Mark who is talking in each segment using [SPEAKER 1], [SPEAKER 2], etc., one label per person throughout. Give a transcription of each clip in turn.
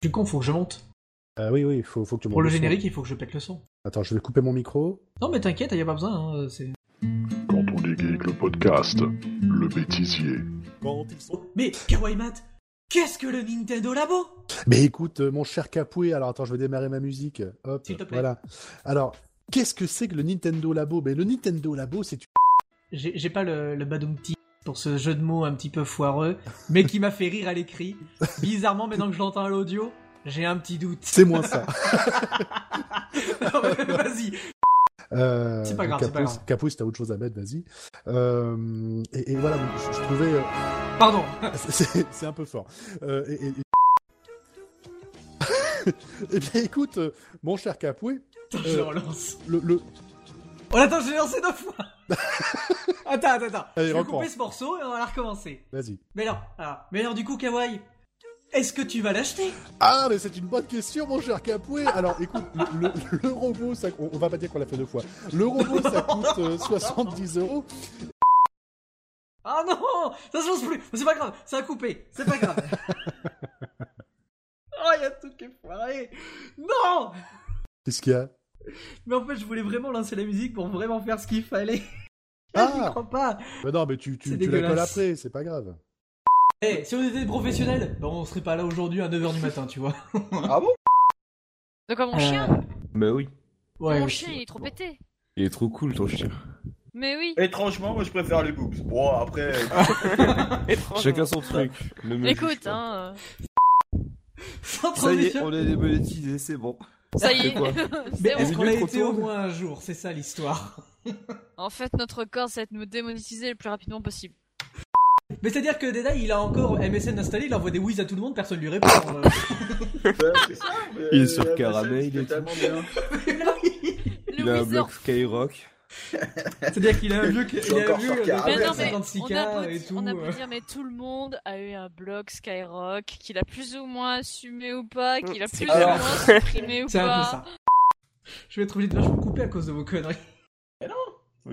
[SPEAKER 1] Tu con, faut que je monte.
[SPEAKER 2] Euh, oui, oui, faut, faut que tu
[SPEAKER 1] Pour
[SPEAKER 2] montes
[SPEAKER 1] le
[SPEAKER 2] son.
[SPEAKER 1] générique, il faut que je pète le son.
[SPEAKER 2] Attends, je vais couper mon micro.
[SPEAKER 1] Non, mais t'inquiète, y a pas besoin. hein, c'est...
[SPEAKER 3] Quand on est geek, le podcast, le bêtisier.
[SPEAKER 1] Mais Kawaii Matt, qu'est-ce que le Nintendo Labo
[SPEAKER 2] Mais écoute, euh, mon cher Capoué, alors attends, je vais démarrer ma musique. Hop,
[SPEAKER 1] S'il te plaît.
[SPEAKER 2] voilà. Alors, qu'est-ce que c'est que le Nintendo Labo Mais le Nintendo Labo, c'est
[SPEAKER 1] J'ai j'ai pas le, le badoumti pour ce jeu de mots un petit peu foireux, mais qui m'a fait rire à l'écrit. Bizarrement, maintenant que je l'entends à l'audio, j'ai un petit doute.
[SPEAKER 2] c'est moins ça.
[SPEAKER 1] Non, mais vas-y.
[SPEAKER 2] Euh,
[SPEAKER 1] C'est pas grave, c'est pas grave.
[SPEAKER 2] Capoué, si t'as autre chose à mettre, vas-y. Euh, et, et voilà, donc, je, je trouvais, euh,
[SPEAKER 1] Pardon.
[SPEAKER 2] C'est c'est un peu fort. Euh, et, et- et- Eh bien, écoute, euh, mon cher Capoué,
[SPEAKER 1] Attends, je
[SPEAKER 2] Euh.
[SPEAKER 1] relance.
[SPEAKER 2] le, le-
[SPEAKER 1] Oh, attends, je l'ai lancé deux fois. attends, attends, attends.
[SPEAKER 2] Allez,
[SPEAKER 1] je vais
[SPEAKER 2] reprends.
[SPEAKER 1] couper ce morceau et on va la recommencer.
[SPEAKER 2] Vas-y.
[SPEAKER 1] Mais non, alors, mais alors du coup, Kawaii, est-ce que tu vas l'acheter
[SPEAKER 2] Ah, mais c'est une bonne question, mon cher Capoué. Alors, écoute, le, le- le robot, ça, on, on va pas dire qu'on l'a fait deux fois. Le robot, ça coûte euh, 70 euros.
[SPEAKER 1] Ah non Ça se lance plus Mais C'est pas grave, ça a coupé, c'est pas grave Oh, y a tout qui est foiré Non
[SPEAKER 2] Qu'est-ce qu'il y a
[SPEAKER 1] Mais en fait, je voulais vraiment lancer la musique pour vraiment faire ce qu'il fallait. J'y
[SPEAKER 2] Ah
[SPEAKER 1] crois pas
[SPEAKER 2] Bah Non, mais tu, tu,
[SPEAKER 1] C'est
[SPEAKER 2] tu la colles
[SPEAKER 1] dégueulasse.
[SPEAKER 2] après, c'est pas grave.
[SPEAKER 1] Eh, si on était des professionnels, ben on serait pas là aujourd'hui à 9h du matin, tu vois.
[SPEAKER 4] Ah bon
[SPEAKER 5] De quoi mon chien
[SPEAKER 6] Bah oui.
[SPEAKER 1] Ouais,
[SPEAKER 5] Mon
[SPEAKER 1] ouais.
[SPEAKER 5] chien, il est trop pété.
[SPEAKER 6] Il est trop cool ton chien.
[SPEAKER 5] Mais oui.
[SPEAKER 4] Étrangement, moi je préfère les boobs. Bon, après.
[SPEAKER 6] Chacun son truc. Ne me juge
[SPEAKER 5] Écoute,
[SPEAKER 6] pas.
[SPEAKER 5] hein.
[SPEAKER 1] Sans
[SPEAKER 6] Ça y est,
[SPEAKER 1] transition.
[SPEAKER 6] on a démonétisé, c'est bon.
[SPEAKER 5] euh, Ça y
[SPEAKER 6] C'est
[SPEAKER 5] est.
[SPEAKER 6] quoi
[SPEAKER 1] Mais
[SPEAKER 5] C'est bon.
[SPEAKER 1] est-ce
[SPEAKER 6] Les
[SPEAKER 1] qu'on a
[SPEAKER 6] minutes
[SPEAKER 1] été au
[SPEAKER 6] retournent.
[SPEAKER 1] moins un jour C'est ça l'histoire.
[SPEAKER 5] En fait, notre corps, c'est de nous démonétiser le plus rapidement possible.
[SPEAKER 1] Mais c'est-à-dire que Deda, il a encore MSN installé, il envoie des whiz à tout le monde, personne lui répond. euh.
[SPEAKER 6] Il est sur caramel, il est Il a un
[SPEAKER 5] Wizard.
[SPEAKER 6] bloc Skyrock.
[SPEAKER 1] c'est-à-dire qu'il a un vieux qui
[SPEAKER 4] suis
[SPEAKER 1] il a un
[SPEAKER 4] encore
[SPEAKER 1] vieux
[SPEAKER 4] sur
[SPEAKER 1] euh,
[SPEAKER 4] Carré.
[SPEAKER 5] Mais non, mais on a,
[SPEAKER 1] 56K
[SPEAKER 5] beau
[SPEAKER 1] et
[SPEAKER 5] dire-
[SPEAKER 1] tout.
[SPEAKER 5] on a beau
[SPEAKER 1] euh.
[SPEAKER 5] dire, mais tout le monde a eu un blog Skyrock, qu'il a plus ou moins assumé ou pas, qu'il a
[SPEAKER 7] C'est
[SPEAKER 5] plus ou
[SPEAKER 4] Mm, clair.
[SPEAKER 5] moins supprimé ou
[SPEAKER 1] C'est un peu
[SPEAKER 5] pas.
[SPEAKER 1] ça. Je vais être obligé de vachement couper à cause de vos conneries.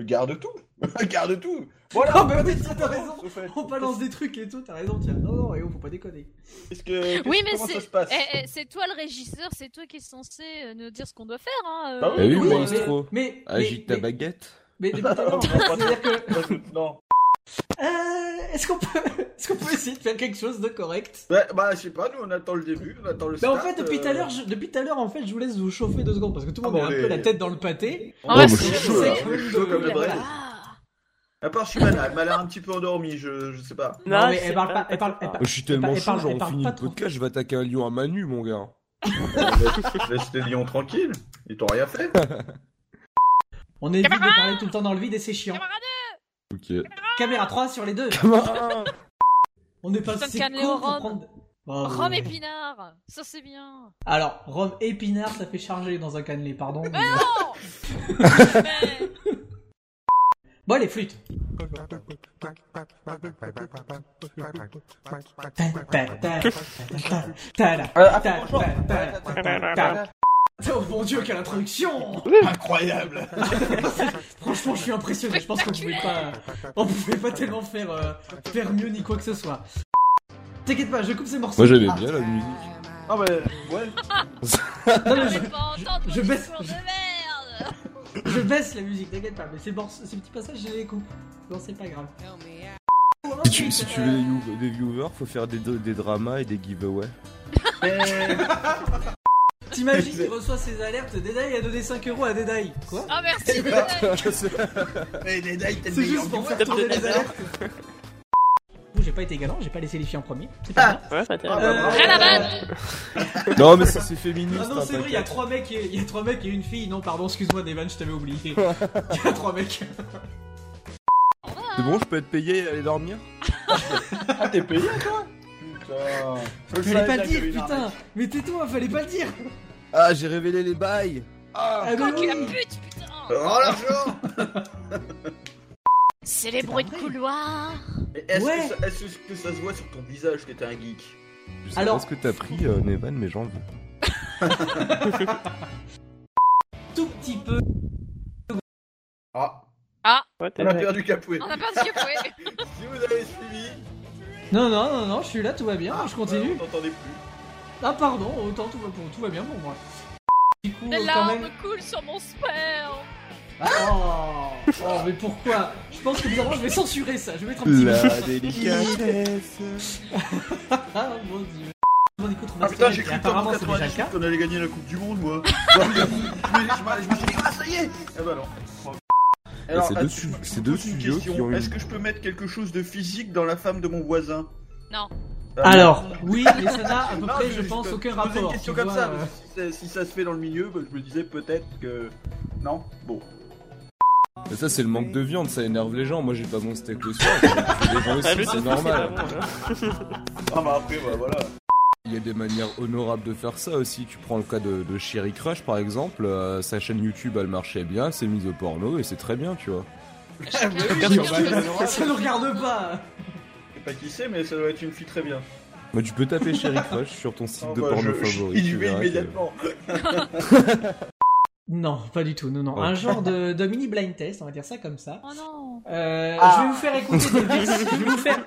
[SPEAKER 4] Garde tout Garde tout
[SPEAKER 1] Ah,
[SPEAKER 4] Voilà
[SPEAKER 1] bah oui, ça, t'as raison.
[SPEAKER 4] Au fait,
[SPEAKER 1] On balance des trucs et tout, t'as raison, tiens. Non, non, et oh, faut pas déconner.
[SPEAKER 4] qu'est-ce que-
[SPEAKER 5] Oui,
[SPEAKER 4] qu'est-ce-
[SPEAKER 5] mais
[SPEAKER 4] comment
[SPEAKER 5] c'est-
[SPEAKER 4] ça se passe
[SPEAKER 5] Eh, eh, c'est toi le régisseur, c'est toi qui es censé euh, nous dire ce qu'on doit faire. Hein,
[SPEAKER 4] Bah
[SPEAKER 5] euh.
[SPEAKER 6] Bah
[SPEAKER 1] Eh
[SPEAKER 6] oui,
[SPEAKER 4] Oui,
[SPEAKER 6] maestro.
[SPEAKER 1] Mais.
[SPEAKER 6] Agite ta
[SPEAKER 1] mais,
[SPEAKER 6] baguette.
[SPEAKER 1] mais, mais, mais, mais-
[SPEAKER 4] Non, pas
[SPEAKER 1] c'est-à-dire que.
[SPEAKER 4] tout. Non.
[SPEAKER 1] Euh, est-ce qu'on peut, est-ce qu'on peut essayer de faire quelque chose de correct
[SPEAKER 4] Ouais, bah, je sais pas, nous on attend le début, on attend le
[SPEAKER 1] Mais Bah, en
[SPEAKER 4] start,
[SPEAKER 1] fait, depuis
[SPEAKER 4] euh,
[SPEAKER 1] tout à l'heure, je- depuis tout à l'heure, en fait, je vous laisse vous chauffer deux secondes parce que tout le
[SPEAKER 4] Ah,
[SPEAKER 1] monde a
[SPEAKER 4] bon,
[SPEAKER 1] un peu
[SPEAKER 4] mais-
[SPEAKER 1] la tête dans le pâté.
[SPEAKER 4] on-
[SPEAKER 5] Ouais,
[SPEAKER 4] on est
[SPEAKER 5] c'est-
[SPEAKER 4] Oh, chaud, là,
[SPEAKER 1] c'est-
[SPEAKER 4] on est chaud comme
[SPEAKER 1] Mais
[SPEAKER 4] le
[SPEAKER 1] voilà.
[SPEAKER 4] bras.
[SPEAKER 5] Ah.
[SPEAKER 4] euh, À part Shimana, elle m'a l'air un petit peu endormie, je, je sais pas.
[SPEAKER 1] mais
[SPEAKER 7] Non,
[SPEAKER 1] eh ben, elle
[SPEAKER 7] c'est
[SPEAKER 1] parle pas,
[SPEAKER 7] pas-
[SPEAKER 1] elle parle, elle
[SPEAKER 6] Oh, Je suis tellement
[SPEAKER 1] elle parle-
[SPEAKER 6] chaud, genre
[SPEAKER 1] elle
[SPEAKER 6] on
[SPEAKER 1] parle
[SPEAKER 6] finit
[SPEAKER 1] pas
[SPEAKER 6] le
[SPEAKER 1] trop.
[SPEAKER 6] podcast, je vais attaquer un lion à Manu, mon gars.
[SPEAKER 4] Laisse- Laisse les lions tranquilles, ils t'ont rien fait.
[SPEAKER 1] On évite de
[SPEAKER 5] Caméra
[SPEAKER 1] parler tout le temps dans le vide et c'est chiant.
[SPEAKER 5] Camarade,
[SPEAKER 6] Ok.
[SPEAKER 1] Caméra 3 sur les deux. On n'est pas
[SPEAKER 5] Putain,
[SPEAKER 1] assez
[SPEAKER 5] cannelé
[SPEAKER 1] con
[SPEAKER 5] au
[SPEAKER 1] pour
[SPEAKER 5] rhum.
[SPEAKER 1] prendre. Oh,
[SPEAKER 5] Rome
[SPEAKER 1] ouais.
[SPEAKER 5] épinard, ça c'est bien.
[SPEAKER 1] Alors, rhum épinard, ça fait charger dans un cannelé, pardon. mais-
[SPEAKER 5] Mais non Mais-
[SPEAKER 1] Bon, allez, flûte. Ta- ta- ta- ta- ta- ta- la- ta- ta- ta- ta- ta- Oh mon dieu, quelle introduction
[SPEAKER 4] Incroyable
[SPEAKER 1] Franchement, je suis impressionné. Je pense qu'on pouvait pas, on pouvait pas tellement faire, euh, faire mieux ni quoi que ce soit. T'inquiète pas, je coupe ces morceaux.
[SPEAKER 6] Moi j'aimais
[SPEAKER 1] Ah,
[SPEAKER 6] bien la musique.
[SPEAKER 4] Ah, mais ouais,
[SPEAKER 1] non, mais
[SPEAKER 5] Je
[SPEAKER 1] je,
[SPEAKER 5] vais pas entendre
[SPEAKER 1] je
[SPEAKER 5] ton
[SPEAKER 1] baisse-
[SPEAKER 5] discours de
[SPEAKER 1] je-
[SPEAKER 5] merde
[SPEAKER 1] je baisse la musique, t'inquiète pas. Mais ces, morceaux- ces petits passages, je les coupe. Non, c'est pas grave.
[SPEAKER 6] Si tu, si tu veux des, you- des viewers, faut faire des, des dramas et des giveaways.
[SPEAKER 4] mais.
[SPEAKER 1] T'imagines, il reçoit ces alertes. Dédaï a donné 5 euros à Dédaï. Quoi
[SPEAKER 5] Ah merci Dodai.
[SPEAKER 4] Mais les dates, t'es le
[SPEAKER 1] C'est
[SPEAKER 4] meilleur
[SPEAKER 1] juste pour
[SPEAKER 4] du
[SPEAKER 1] faire
[SPEAKER 4] monde.
[SPEAKER 1] tourner les alertes. J'ai pas été galant, j'ai pas laissé les filles en premier. C'est pas
[SPEAKER 4] pas
[SPEAKER 1] grave. Euh,
[SPEAKER 7] Ouais, ça t'intéresse.
[SPEAKER 4] Ah, bah, bravo.
[SPEAKER 5] Rien à battre.
[SPEAKER 6] Non, mais ça c'est féministe.
[SPEAKER 1] Ah non,
[SPEAKER 6] hein,
[SPEAKER 1] c'est vrai, il y a
[SPEAKER 6] t'inquiète.
[SPEAKER 1] trois mecs et il y a trois mecs et une fille. Non, pardon, excuse-moi, Devan, je t'avais oublié. Il y a trois mecs.
[SPEAKER 6] C'est bon, je peux être payé et aller dormir
[SPEAKER 4] Ah, t'es payé, toi Putain. Je le
[SPEAKER 1] Fallait
[SPEAKER 4] savais
[SPEAKER 1] pas le
[SPEAKER 4] bien qu'il y
[SPEAKER 1] dire,
[SPEAKER 4] avait une
[SPEAKER 1] putain.
[SPEAKER 4] arnaque.
[SPEAKER 1] Mais tais-toi, fallait pas le dire.
[SPEAKER 6] Ah, j'ai révélé les bails
[SPEAKER 4] Ah,
[SPEAKER 1] Ah,
[SPEAKER 5] Quand
[SPEAKER 1] mais
[SPEAKER 5] la
[SPEAKER 1] oui.
[SPEAKER 5] pute, putain
[SPEAKER 4] Oh l'argent
[SPEAKER 5] C'est les
[SPEAKER 1] pas
[SPEAKER 5] bruits de
[SPEAKER 1] vrai.
[SPEAKER 5] couloir
[SPEAKER 4] Mais Est-ce
[SPEAKER 1] Ouais.
[SPEAKER 4] que, ça- est-ce que ça se voit sur ton visage que t'es un geek
[SPEAKER 6] Je sais
[SPEAKER 1] Alors-
[SPEAKER 6] pas ce que t'as pris, euh, Nevan, mais j'en veux.
[SPEAKER 1] Tout petit peu.
[SPEAKER 4] Ah,
[SPEAKER 7] Ouais, t'es
[SPEAKER 4] on a
[SPEAKER 7] vrai.
[SPEAKER 4] perdu Capoué.
[SPEAKER 5] On a pas de capoué
[SPEAKER 4] Si vous avez suivi,
[SPEAKER 1] Non, non, non, non, je suis là, tout va bien, je
[SPEAKER 4] euh,
[SPEAKER 1] continue.
[SPEAKER 4] on t'entendait plus.
[SPEAKER 1] Ah pardon, autant tout va, bon, tout va bien pour moi. Du coup,
[SPEAKER 5] Les
[SPEAKER 1] euh, quand
[SPEAKER 5] larmes
[SPEAKER 1] même... Ah,
[SPEAKER 5] coulent sur mon sperme.
[SPEAKER 1] Oh, oh, mais pourquoi Je pense que d'abord je vais censurer ça, je vais mettre un petit...
[SPEAKER 6] La délicatesse.
[SPEAKER 1] Ah mon dieu. On écoute
[SPEAKER 4] Ah putain, j'ai
[SPEAKER 1] Masterchef, et
[SPEAKER 4] cru que
[SPEAKER 1] apparemment
[SPEAKER 4] en
[SPEAKER 1] c'est déjà le cas.
[SPEAKER 4] 98 qu'on allait gagner la Coupe du Monde, moi. je, me, je me- je me suis dit, ah ça y est Ah bah non.
[SPEAKER 6] c'est deux
[SPEAKER 4] attends,
[SPEAKER 6] su-
[SPEAKER 4] je me- je
[SPEAKER 6] c'est
[SPEAKER 4] me
[SPEAKER 6] deux
[SPEAKER 4] pose une
[SPEAKER 6] studios
[SPEAKER 4] question.
[SPEAKER 6] qui ont eu-
[SPEAKER 4] Est-ce que je peux mettre quelque chose de physique dans la femme de mon voisin
[SPEAKER 5] Non.
[SPEAKER 4] Ah,
[SPEAKER 1] Alors, oui, mais ça n'a à peu
[SPEAKER 4] non,
[SPEAKER 1] près,
[SPEAKER 4] mais
[SPEAKER 1] je pense,
[SPEAKER 4] te-
[SPEAKER 1] aucun
[SPEAKER 4] je posais
[SPEAKER 1] rapport.
[SPEAKER 4] une question
[SPEAKER 1] tu
[SPEAKER 4] comme
[SPEAKER 1] vois,
[SPEAKER 4] ça,
[SPEAKER 1] euh,
[SPEAKER 4] parce que si ça- si ça se fait dans le milieu, bah, je me disais peut-être que. Non Bon.
[SPEAKER 6] Mais ça, c'est le manque de viande, ça énerve les gens. Moi, j'ai pas mon steak le soir. Je les vends aussi, c'est normal.
[SPEAKER 4] Ah bah après, bah voilà.
[SPEAKER 6] Il y a des manières honorables de faire ça aussi. Tu prends le cas de, de Sherry Crush par exemple, euh, sa chaîne YouTube elle marchait bien, c'est mise au porno et c'est très bien, tu vois.
[SPEAKER 1] bah
[SPEAKER 5] Chacun-
[SPEAKER 4] oui,
[SPEAKER 5] chacun
[SPEAKER 4] on va-
[SPEAKER 5] fait ce-
[SPEAKER 1] euh, Ça ne regarde pas
[SPEAKER 4] Je sais pas qui c'est, mais ça doit être une fille très bien.
[SPEAKER 6] Mais tu peux taper Sherry Crush sur ton site
[SPEAKER 4] Ah
[SPEAKER 6] de
[SPEAKER 4] bah,
[SPEAKER 6] porno
[SPEAKER 4] je- je-
[SPEAKER 6] favori.
[SPEAKER 4] Il
[SPEAKER 6] tu
[SPEAKER 4] y
[SPEAKER 6] verras
[SPEAKER 4] va
[SPEAKER 6] que-
[SPEAKER 4] immédiatement.
[SPEAKER 1] Non, pas du tout, non, non.
[SPEAKER 6] Oh.
[SPEAKER 1] Un genre de, de mini blind test, on va dire ça comme ça.
[SPEAKER 5] Oh non.
[SPEAKER 1] Euh,
[SPEAKER 4] Ah.
[SPEAKER 1] Je vais vous faire écouter des versions. Je vais vous faire.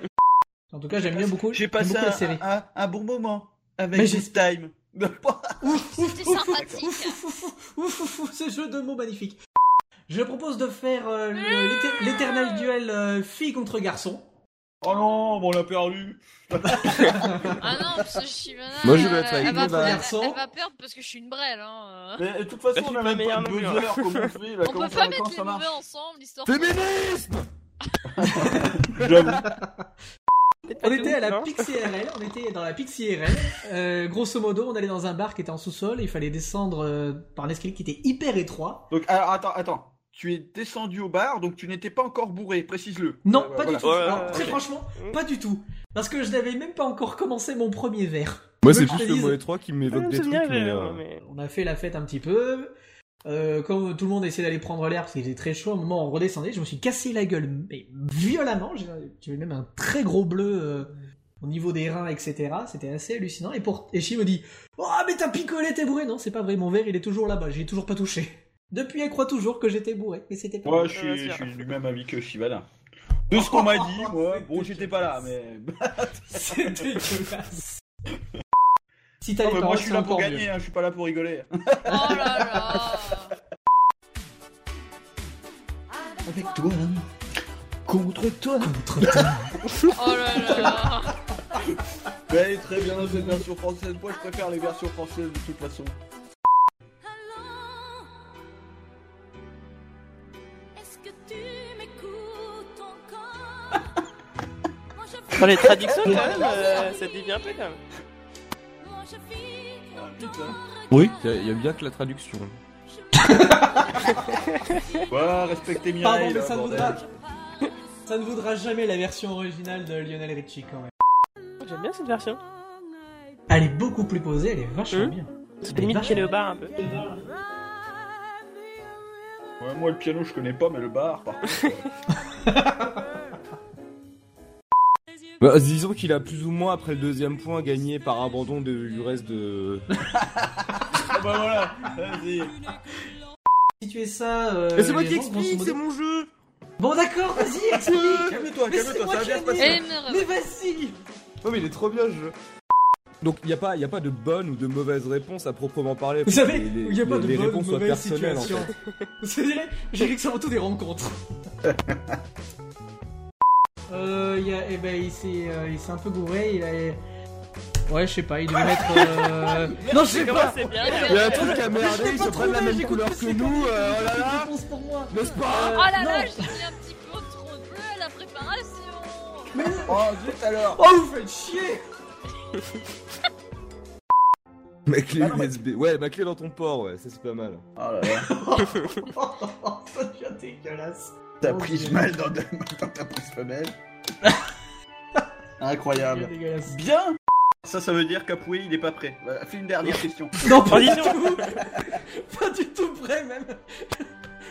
[SPEAKER 1] En tout cas, j'aime bien beaucoup.
[SPEAKER 4] J'ai
[SPEAKER 1] j'aime
[SPEAKER 4] passé
[SPEAKER 1] beaucoup la
[SPEAKER 4] un,
[SPEAKER 1] série.
[SPEAKER 4] un- un bon moment
[SPEAKER 1] Mais
[SPEAKER 4] avec
[SPEAKER 1] j'ai-
[SPEAKER 4] This Time. Oh
[SPEAKER 5] C'était sympathique.
[SPEAKER 1] Ouf, ouf, ouf, ouf, ouf, ouf, ouf, ce jeu de mots magnifique. Je propose de faire euh, le-
[SPEAKER 7] Ah
[SPEAKER 1] l'éter- l'éternel duel euh, fille contre garçon.
[SPEAKER 4] Oh non, bon, on l'a perdu.
[SPEAKER 5] Ah non, parce que Shimana.
[SPEAKER 6] Moi, je vais être avec
[SPEAKER 5] elle va,
[SPEAKER 6] les barres.
[SPEAKER 5] elle, elle va perdre parce que je suis une brêle. Hein. euh.
[SPEAKER 4] Mais de toute façon,
[SPEAKER 7] Bah,
[SPEAKER 4] on
[SPEAKER 7] tu
[SPEAKER 4] a
[SPEAKER 7] peux
[SPEAKER 4] même pas
[SPEAKER 7] meilleur
[SPEAKER 4] de
[SPEAKER 7] non plus,
[SPEAKER 4] buzzer, comment on
[SPEAKER 1] Bah,
[SPEAKER 4] fait là,
[SPEAKER 5] On
[SPEAKER 4] comment
[SPEAKER 5] peut
[SPEAKER 4] ça-
[SPEAKER 5] pas mettre
[SPEAKER 4] comment
[SPEAKER 5] les
[SPEAKER 4] ça
[SPEAKER 5] mauvais
[SPEAKER 4] marche
[SPEAKER 5] ensemble, histoire
[SPEAKER 6] Féminisme
[SPEAKER 4] J'avoue.
[SPEAKER 1] On était à la PixieRL, on était dans la PixieRL. Euh, grosso modo, on allait dans un bar qui était en sous-sol, il fallait descendre euh, par un escalier qui était hyper étroit.
[SPEAKER 4] Donc, alors, attends, attends. Tu es descendu au bar, donc tu n'étais pas encore bourré, précise-le.
[SPEAKER 1] Non,
[SPEAKER 4] Euh,
[SPEAKER 1] pas
[SPEAKER 4] voilà.
[SPEAKER 1] du tout.
[SPEAKER 7] Ouais,
[SPEAKER 1] Alors,
[SPEAKER 7] ouais, Mm.
[SPEAKER 1] très
[SPEAKER 7] ouais.
[SPEAKER 1] franchement, pas du tout. Parce que je n'avais même pas encore commencé mon premier verre.
[SPEAKER 6] Moi, c'est
[SPEAKER 1] Je te
[SPEAKER 6] juste le
[SPEAKER 1] dise-
[SPEAKER 6] mot étroit qui m'évoque
[SPEAKER 1] Ah,
[SPEAKER 6] des trucs. mais, euh,
[SPEAKER 1] On a fait la fête un petit peu. Euh, comme tout le monde essayait d'aller prendre l'air parce qu'il était très chaud, au moment où on redescendait, je me suis cassé la gueule, mais violemment. J'ai- J'avais même un très gros bleu euh, au niveau des reins, etc. C'était assez hallucinant. Et, pour... et Chi me dit Oh, mais t'as picolé, t'es bourré Non, c'est pas vrai, mon verre il est toujours là-bas, j'ai toujours pas touché. Depuis, elle croit toujours que j'étais bourré, mais c'était pas
[SPEAKER 4] Moi,
[SPEAKER 1] vrai.
[SPEAKER 4] je
[SPEAKER 7] Ouais,
[SPEAKER 4] suis,
[SPEAKER 7] c'est
[SPEAKER 4] je
[SPEAKER 7] sûr.
[SPEAKER 4] suis du même avis que Shivana. De ce qu'on m'a dit, moi,
[SPEAKER 1] C'est
[SPEAKER 4] bon, j'étais pas là, mais.
[SPEAKER 1] C'est dégueulasse. si t'as
[SPEAKER 4] Non,
[SPEAKER 1] les
[SPEAKER 4] mais moi,
[SPEAKER 1] paroles,
[SPEAKER 4] je suis
[SPEAKER 1] c'est
[SPEAKER 4] là pour
[SPEAKER 1] encore
[SPEAKER 4] gagner, hein, je suis pas là pour rigoler.
[SPEAKER 5] Oh là là.
[SPEAKER 4] Avec toi, contre toi.
[SPEAKER 1] mieux. Contre toi.
[SPEAKER 5] Oh là là.
[SPEAKER 4] Ouais, Bah, très bien dans cette version française. Moi, je préfère les versions françaises de toute façon.
[SPEAKER 8] Est-ce que tu m'écoutes encore Moi je vis,
[SPEAKER 7] Enfin, les traductions, quand même, euh, ça dévie un peu, quand même.
[SPEAKER 8] moi je vis
[SPEAKER 4] Oh,
[SPEAKER 8] dans
[SPEAKER 4] putain.
[SPEAKER 8] ton
[SPEAKER 6] Oui,
[SPEAKER 8] regard.
[SPEAKER 6] il y, a- il y a bien que la traduction.
[SPEAKER 8] Je me
[SPEAKER 4] Voilà, respectez Mireille.
[SPEAKER 1] Pardon, mais
[SPEAKER 4] là,
[SPEAKER 1] ça ne,
[SPEAKER 4] bordel.
[SPEAKER 1] vaudra, ça ne vaudra jamais la version originale de Lionel Richie quand même.
[SPEAKER 7] J'aime bien cette version.
[SPEAKER 1] Elle est beaucoup plus posée, elle est vachement
[SPEAKER 6] Hein
[SPEAKER 7] Hum.
[SPEAKER 1] bien.
[SPEAKER 7] C'était limite chez le bar, un peu.
[SPEAKER 4] Ouais, moi, le piano, je connais pas, mais le bar, par contre.
[SPEAKER 6] Bah, disons qu'il a plus ou moins, après le deuxième point, gagné par abandon de- du reste de.
[SPEAKER 1] Bah,
[SPEAKER 4] ah bah voilà, vas-y.
[SPEAKER 1] Si tu es ça. euh,
[SPEAKER 6] Mais c'est moi
[SPEAKER 1] les
[SPEAKER 6] qui
[SPEAKER 1] gens, grosso
[SPEAKER 6] explique,
[SPEAKER 1] modo-
[SPEAKER 6] c'est mon jeu
[SPEAKER 1] Bon, d'accord, vas-y, explique
[SPEAKER 4] Calme-toi,
[SPEAKER 1] Mais c'est
[SPEAKER 4] calme-toi,
[SPEAKER 1] moi
[SPEAKER 4] ça va
[SPEAKER 1] qui
[SPEAKER 4] bien
[SPEAKER 1] ai
[SPEAKER 4] se passer.
[SPEAKER 5] Énervé.
[SPEAKER 1] Mais vas-y
[SPEAKER 6] Non, mais il est trop bien, ce jeu donc il n'y a, pas- il y a pas de bonne ou de mauvaise réponse à proprement parler.
[SPEAKER 1] Vous savez,
[SPEAKER 6] Les- les-
[SPEAKER 1] il n'y a pas
[SPEAKER 6] les-
[SPEAKER 1] de
[SPEAKER 6] les
[SPEAKER 1] bonne ou
[SPEAKER 6] réponses soient
[SPEAKER 1] mauvaise
[SPEAKER 6] personnelles, en
[SPEAKER 1] situation. C'est vrai, j'ai que c'est avant tout des rencontres. euh, il y a, eh ben, il s'est, euh, il s'est un peu gouré, il a... Ouais, je sais pas, il devait mettre... euh, non, je sais
[SPEAKER 7] Comment
[SPEAKER 1] pas
[SPEAKER 7] c'est bien
[SPEAKER 6] Il y
[SPEAKER 5] Merde.
[SPEAKER 6] a un truc à
[SPEAKER 1] Mais je
[SPEAKER 6] merder,
[SPEAKER 1] l'ai
[SPEAKER 6] ils
[SPEAKER 1] pas
[SPEAKER 6] se prennent la
[SPEAKER 1] trouvé,
[SPEAKER 6] même
[SPEAKER 1] j'écoute
[SPEAKER 6] couleur
[SPEAKER 1] plus
[SPEAKER 6] que
[SPEAKER 1] les
[SPEAKER 6] nous,
[SPEAKER 1] candidats,
[SPEAKER 6] euh, oh là
[SPEAKER 1] j'écoute les
[SPEAKER 6] là
[SPEAKER 1] réponses pour moi.
[SPEAKER 6] N'est-ce pas
[SPEAKER 1] Euh,
[SPEAKER 5] Oh là là,
[SPEAKER 1] non.
[SPEAKER 5] j'ai mis un petit peu trop de bleu à la préparation.
[SPEAKER 4] Oh, zut alors.
[SPEAKER 1] Oh, vous faites chier
[SPEAKER 6] Ma clé
[SPEAKER 4] Ah non, mais-
[SPEAKER 6] USB. Ouais, ma clé dans ton port, ouais, ça c'est pas mal.
[SPEAKER 4] Oh là là.
[SPEAKER 1] Ça devient Oh, dégueulasse.
[SPEAKER 6] Ah,
[SPEAKER 4] T'as
[SPEAKER 1] Oh,
[SPEAKER 4] prise
[SPEAKER 1] Dieu.
[SPEAKER 4] mal dans, ta- dans ta prise femelle.
[SPEAKER 1] Ça
[SPEAKER 4] Incroyable.
[SPEAKER 1] devient dégueulasse.
[SPEAKER 4] Bien Ça, ça veut dire qu'Apoué, il est pas prêt. Voilà, fais une dernière question.
[SPEAKER 1] Non, pas
[SPEAKER 7] Oh,
[SPEAKER 1] du
[SPEAKER 7] dis
[SPEAKER 1] tout Pas du tout prêt, même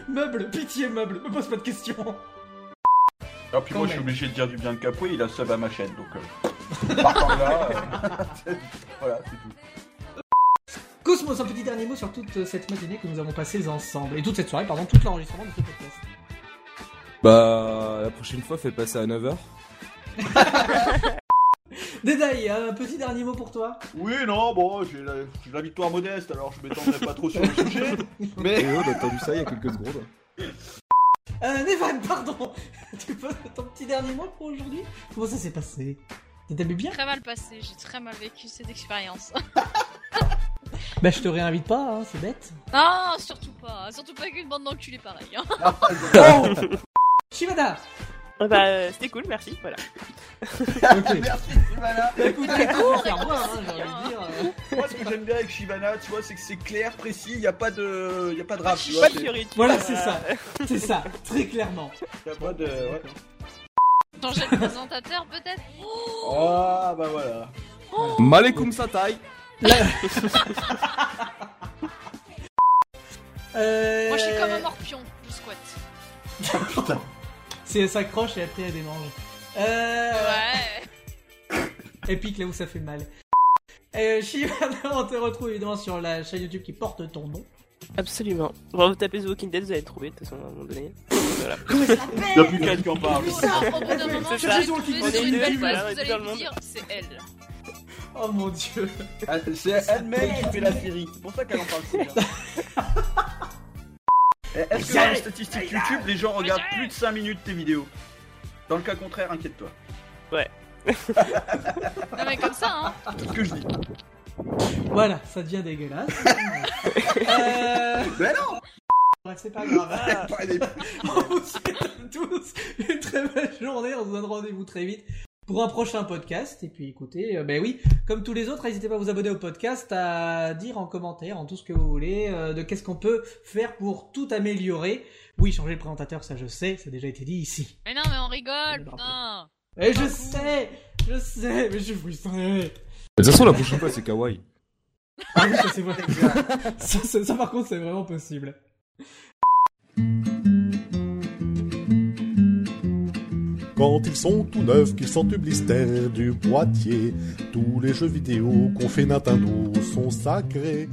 [SPEAKER 1] Meuble, pitié, meuble, me pose pas de questions
[SPEAKER 4] Ah, puis
[SPEAKER 1] Quand
[SPEAKER 4] moi, je suis
[SPEAKER 1] même.
[SPEAKER 4] obligé de dire du bien de Capoué, il a sub à ma chaîne, donc... euh, partant de là, euh, c'est- voilà, c'est tout.
[SPEAKER 1] Cosmos, un petit dernier mot sur toute cette matinée que nous avons passée ensemble, et toute cette soirée, pardon, tout l'enregistrement de ce podcast.
[SPEAKER 6] Bah, la prochaine fois, fais passer à 9h.
[SPEAKER 1] Dédaï, un petit dernier mot pour toi.
[SPEAKER 4] Oui, non, bon, j'ai la, j'ai la victoire modeste, alors je m'étendrai pas trop sur le sujet. Mais
[SPEAKER 9] Eh oh, on a entendu ça il y a quelques secondes.
[SPEAKER 1] Euh, Nevan, pardon Tu peux ton petit dernier mot pour aujourd'hui Comment ça s'est passé T'es allé bien
[SPEAKER 5] Très mal passé, j'ai très mal vécu cette expérience.
[SPEAKER 1] Bah je te réinvite pas, hein, c'est bête.
[SPEAKER 5] Ah, surtout pas. hein. Surtout pas qu'une bande d'enculés pareil. hein.
[SPEAKER 1] Shimada
[SPEAKER 7] Ah Bah, euh, c'était cool, merci. Voilà.
[SPEAKER 1] Ok.
[SPEAKER 4] merci, Shivana.
[SPEAKER 1] Bah, écoute, t'as tout à faire moi, hein, j'ai
[SPEAKER 5] Merci,
[SPEAKER 1] envie de dire.
[SPEAKER 4] Moi, ce que j'aime bien avec Shivana, tu vois, c'est que c'est clair, précis, il n'y a pas de, y a pas de rap, tu vois.
[SPEAKER 7] Pas de
[SPEAKER 4] c'est-
[SPEAKER 7] fioriture.
[SPEAKER 1] Voilà, c'est ça. C'est ça, très clairement.
[SPEAKER 4] y a pas de. ouais.
[SPEAKER 5] Changer de présentateur peut-être
[SPEAKER 4] Ah, bah voilà.
[SPEAKER 6] Malekoum Satay
[SPEAKER 1] Euh...
[SPEAKER 5] Moi je suis comme un morpion, je squatte.
[SPEAKER 1] C'est elle s'accroche et après elle démange. Euh...
[SPEAKER 5] Ouais.
[SPEAKER 1] Épique là où ça fait mal. Euh, Shimada, on te retrouve évidemment sur la chaîne YouTube qui porte ton nom.
[SPEAKER 7] Absolument. Bon, vous tapez The Walking Dead, vous allez le trouver, de toute façon, à un moment donné. voilà.
[SPEAKER 4] Il n'y a plus qu'elle qui en parle.
[SPEAKER 5] Ça, au bout d'un moment,
[SPEAKER 7] C'est
[SPEAKER 5] je
[SPEAKER 7] ça.
[SPEAKER 5] vais tomber sur
[SPEAKER 7] Ils
[SPEAKER 5] une
[SPEAKER 7] ont
[SPEAKER 5] belle place,
[SPEAKER 7] une vue,
[SPEAKER 5] vous
[SPEAKER 7] là, dans
[SPEAKER 5] allez
[SPEAKER 7] le
[SPEAKER 5] me
[SPEAKER 7] monde.
[SPEAKER 5] dire, c'est elle.
[SPEAKER 1] Oh mon dieu.
[SPEAKER 4] Ah, C'est elle-même qui fait la série. C'est pour ça qu'elle en parle si bien. Eh, Est-ce que dans les statistiques YouTube, les gens regardent plus de 5 minutes tes vidéos Dans le cas contraire, inquiète-toi.
[SPEAKER 5] Non mais comme ça, hein.
[SPEAKER 4] C'est ce que je dis.
[SPEAKER 1] Voilà, ça devient dégueulasse. euh...
[SPEAKER 4] Mais non
[SPEAKER 1] Bref, c'est pas grave.
[SPEAKER 4] Allez,
[SPEAKER 1] On vous souhaite à tous une très belle journée. On se donne rendez-vous très vite pour un prochain podcast. Et puis écoutez, euh, ben oui, comme tous les autres, n'hésitez pas à vous abonner au podcast, à dire en commentaire, en tout ce que vous voulez, euh, de qu'est-ce qu'on peut faire pour tout améliorer. Oui, changer le présentateur, ça je sais, ça a déjà été dit ici.
[SPEAKER 5] Mais non mais on rigole,
[SPEAKER 1] Bravo.
[SPEAKER 5] putain.
[SPEAKER 1] Et je sais, je sais, mais je suis frustré.
[SPEAKER 6] De toute façon, la prochaine fois, c'est Kawaii.
[SPEAKER 1] Ah oui, ça c'est vrai. ça, ça- ça, par contre, c'est vraiment possible.
[SPEAKER 2] Quand ils sont tout neufs, qu'ils sentent le blister du boîtier, tous les jeux vidéo qu'on fait Nintendo sont sacrés.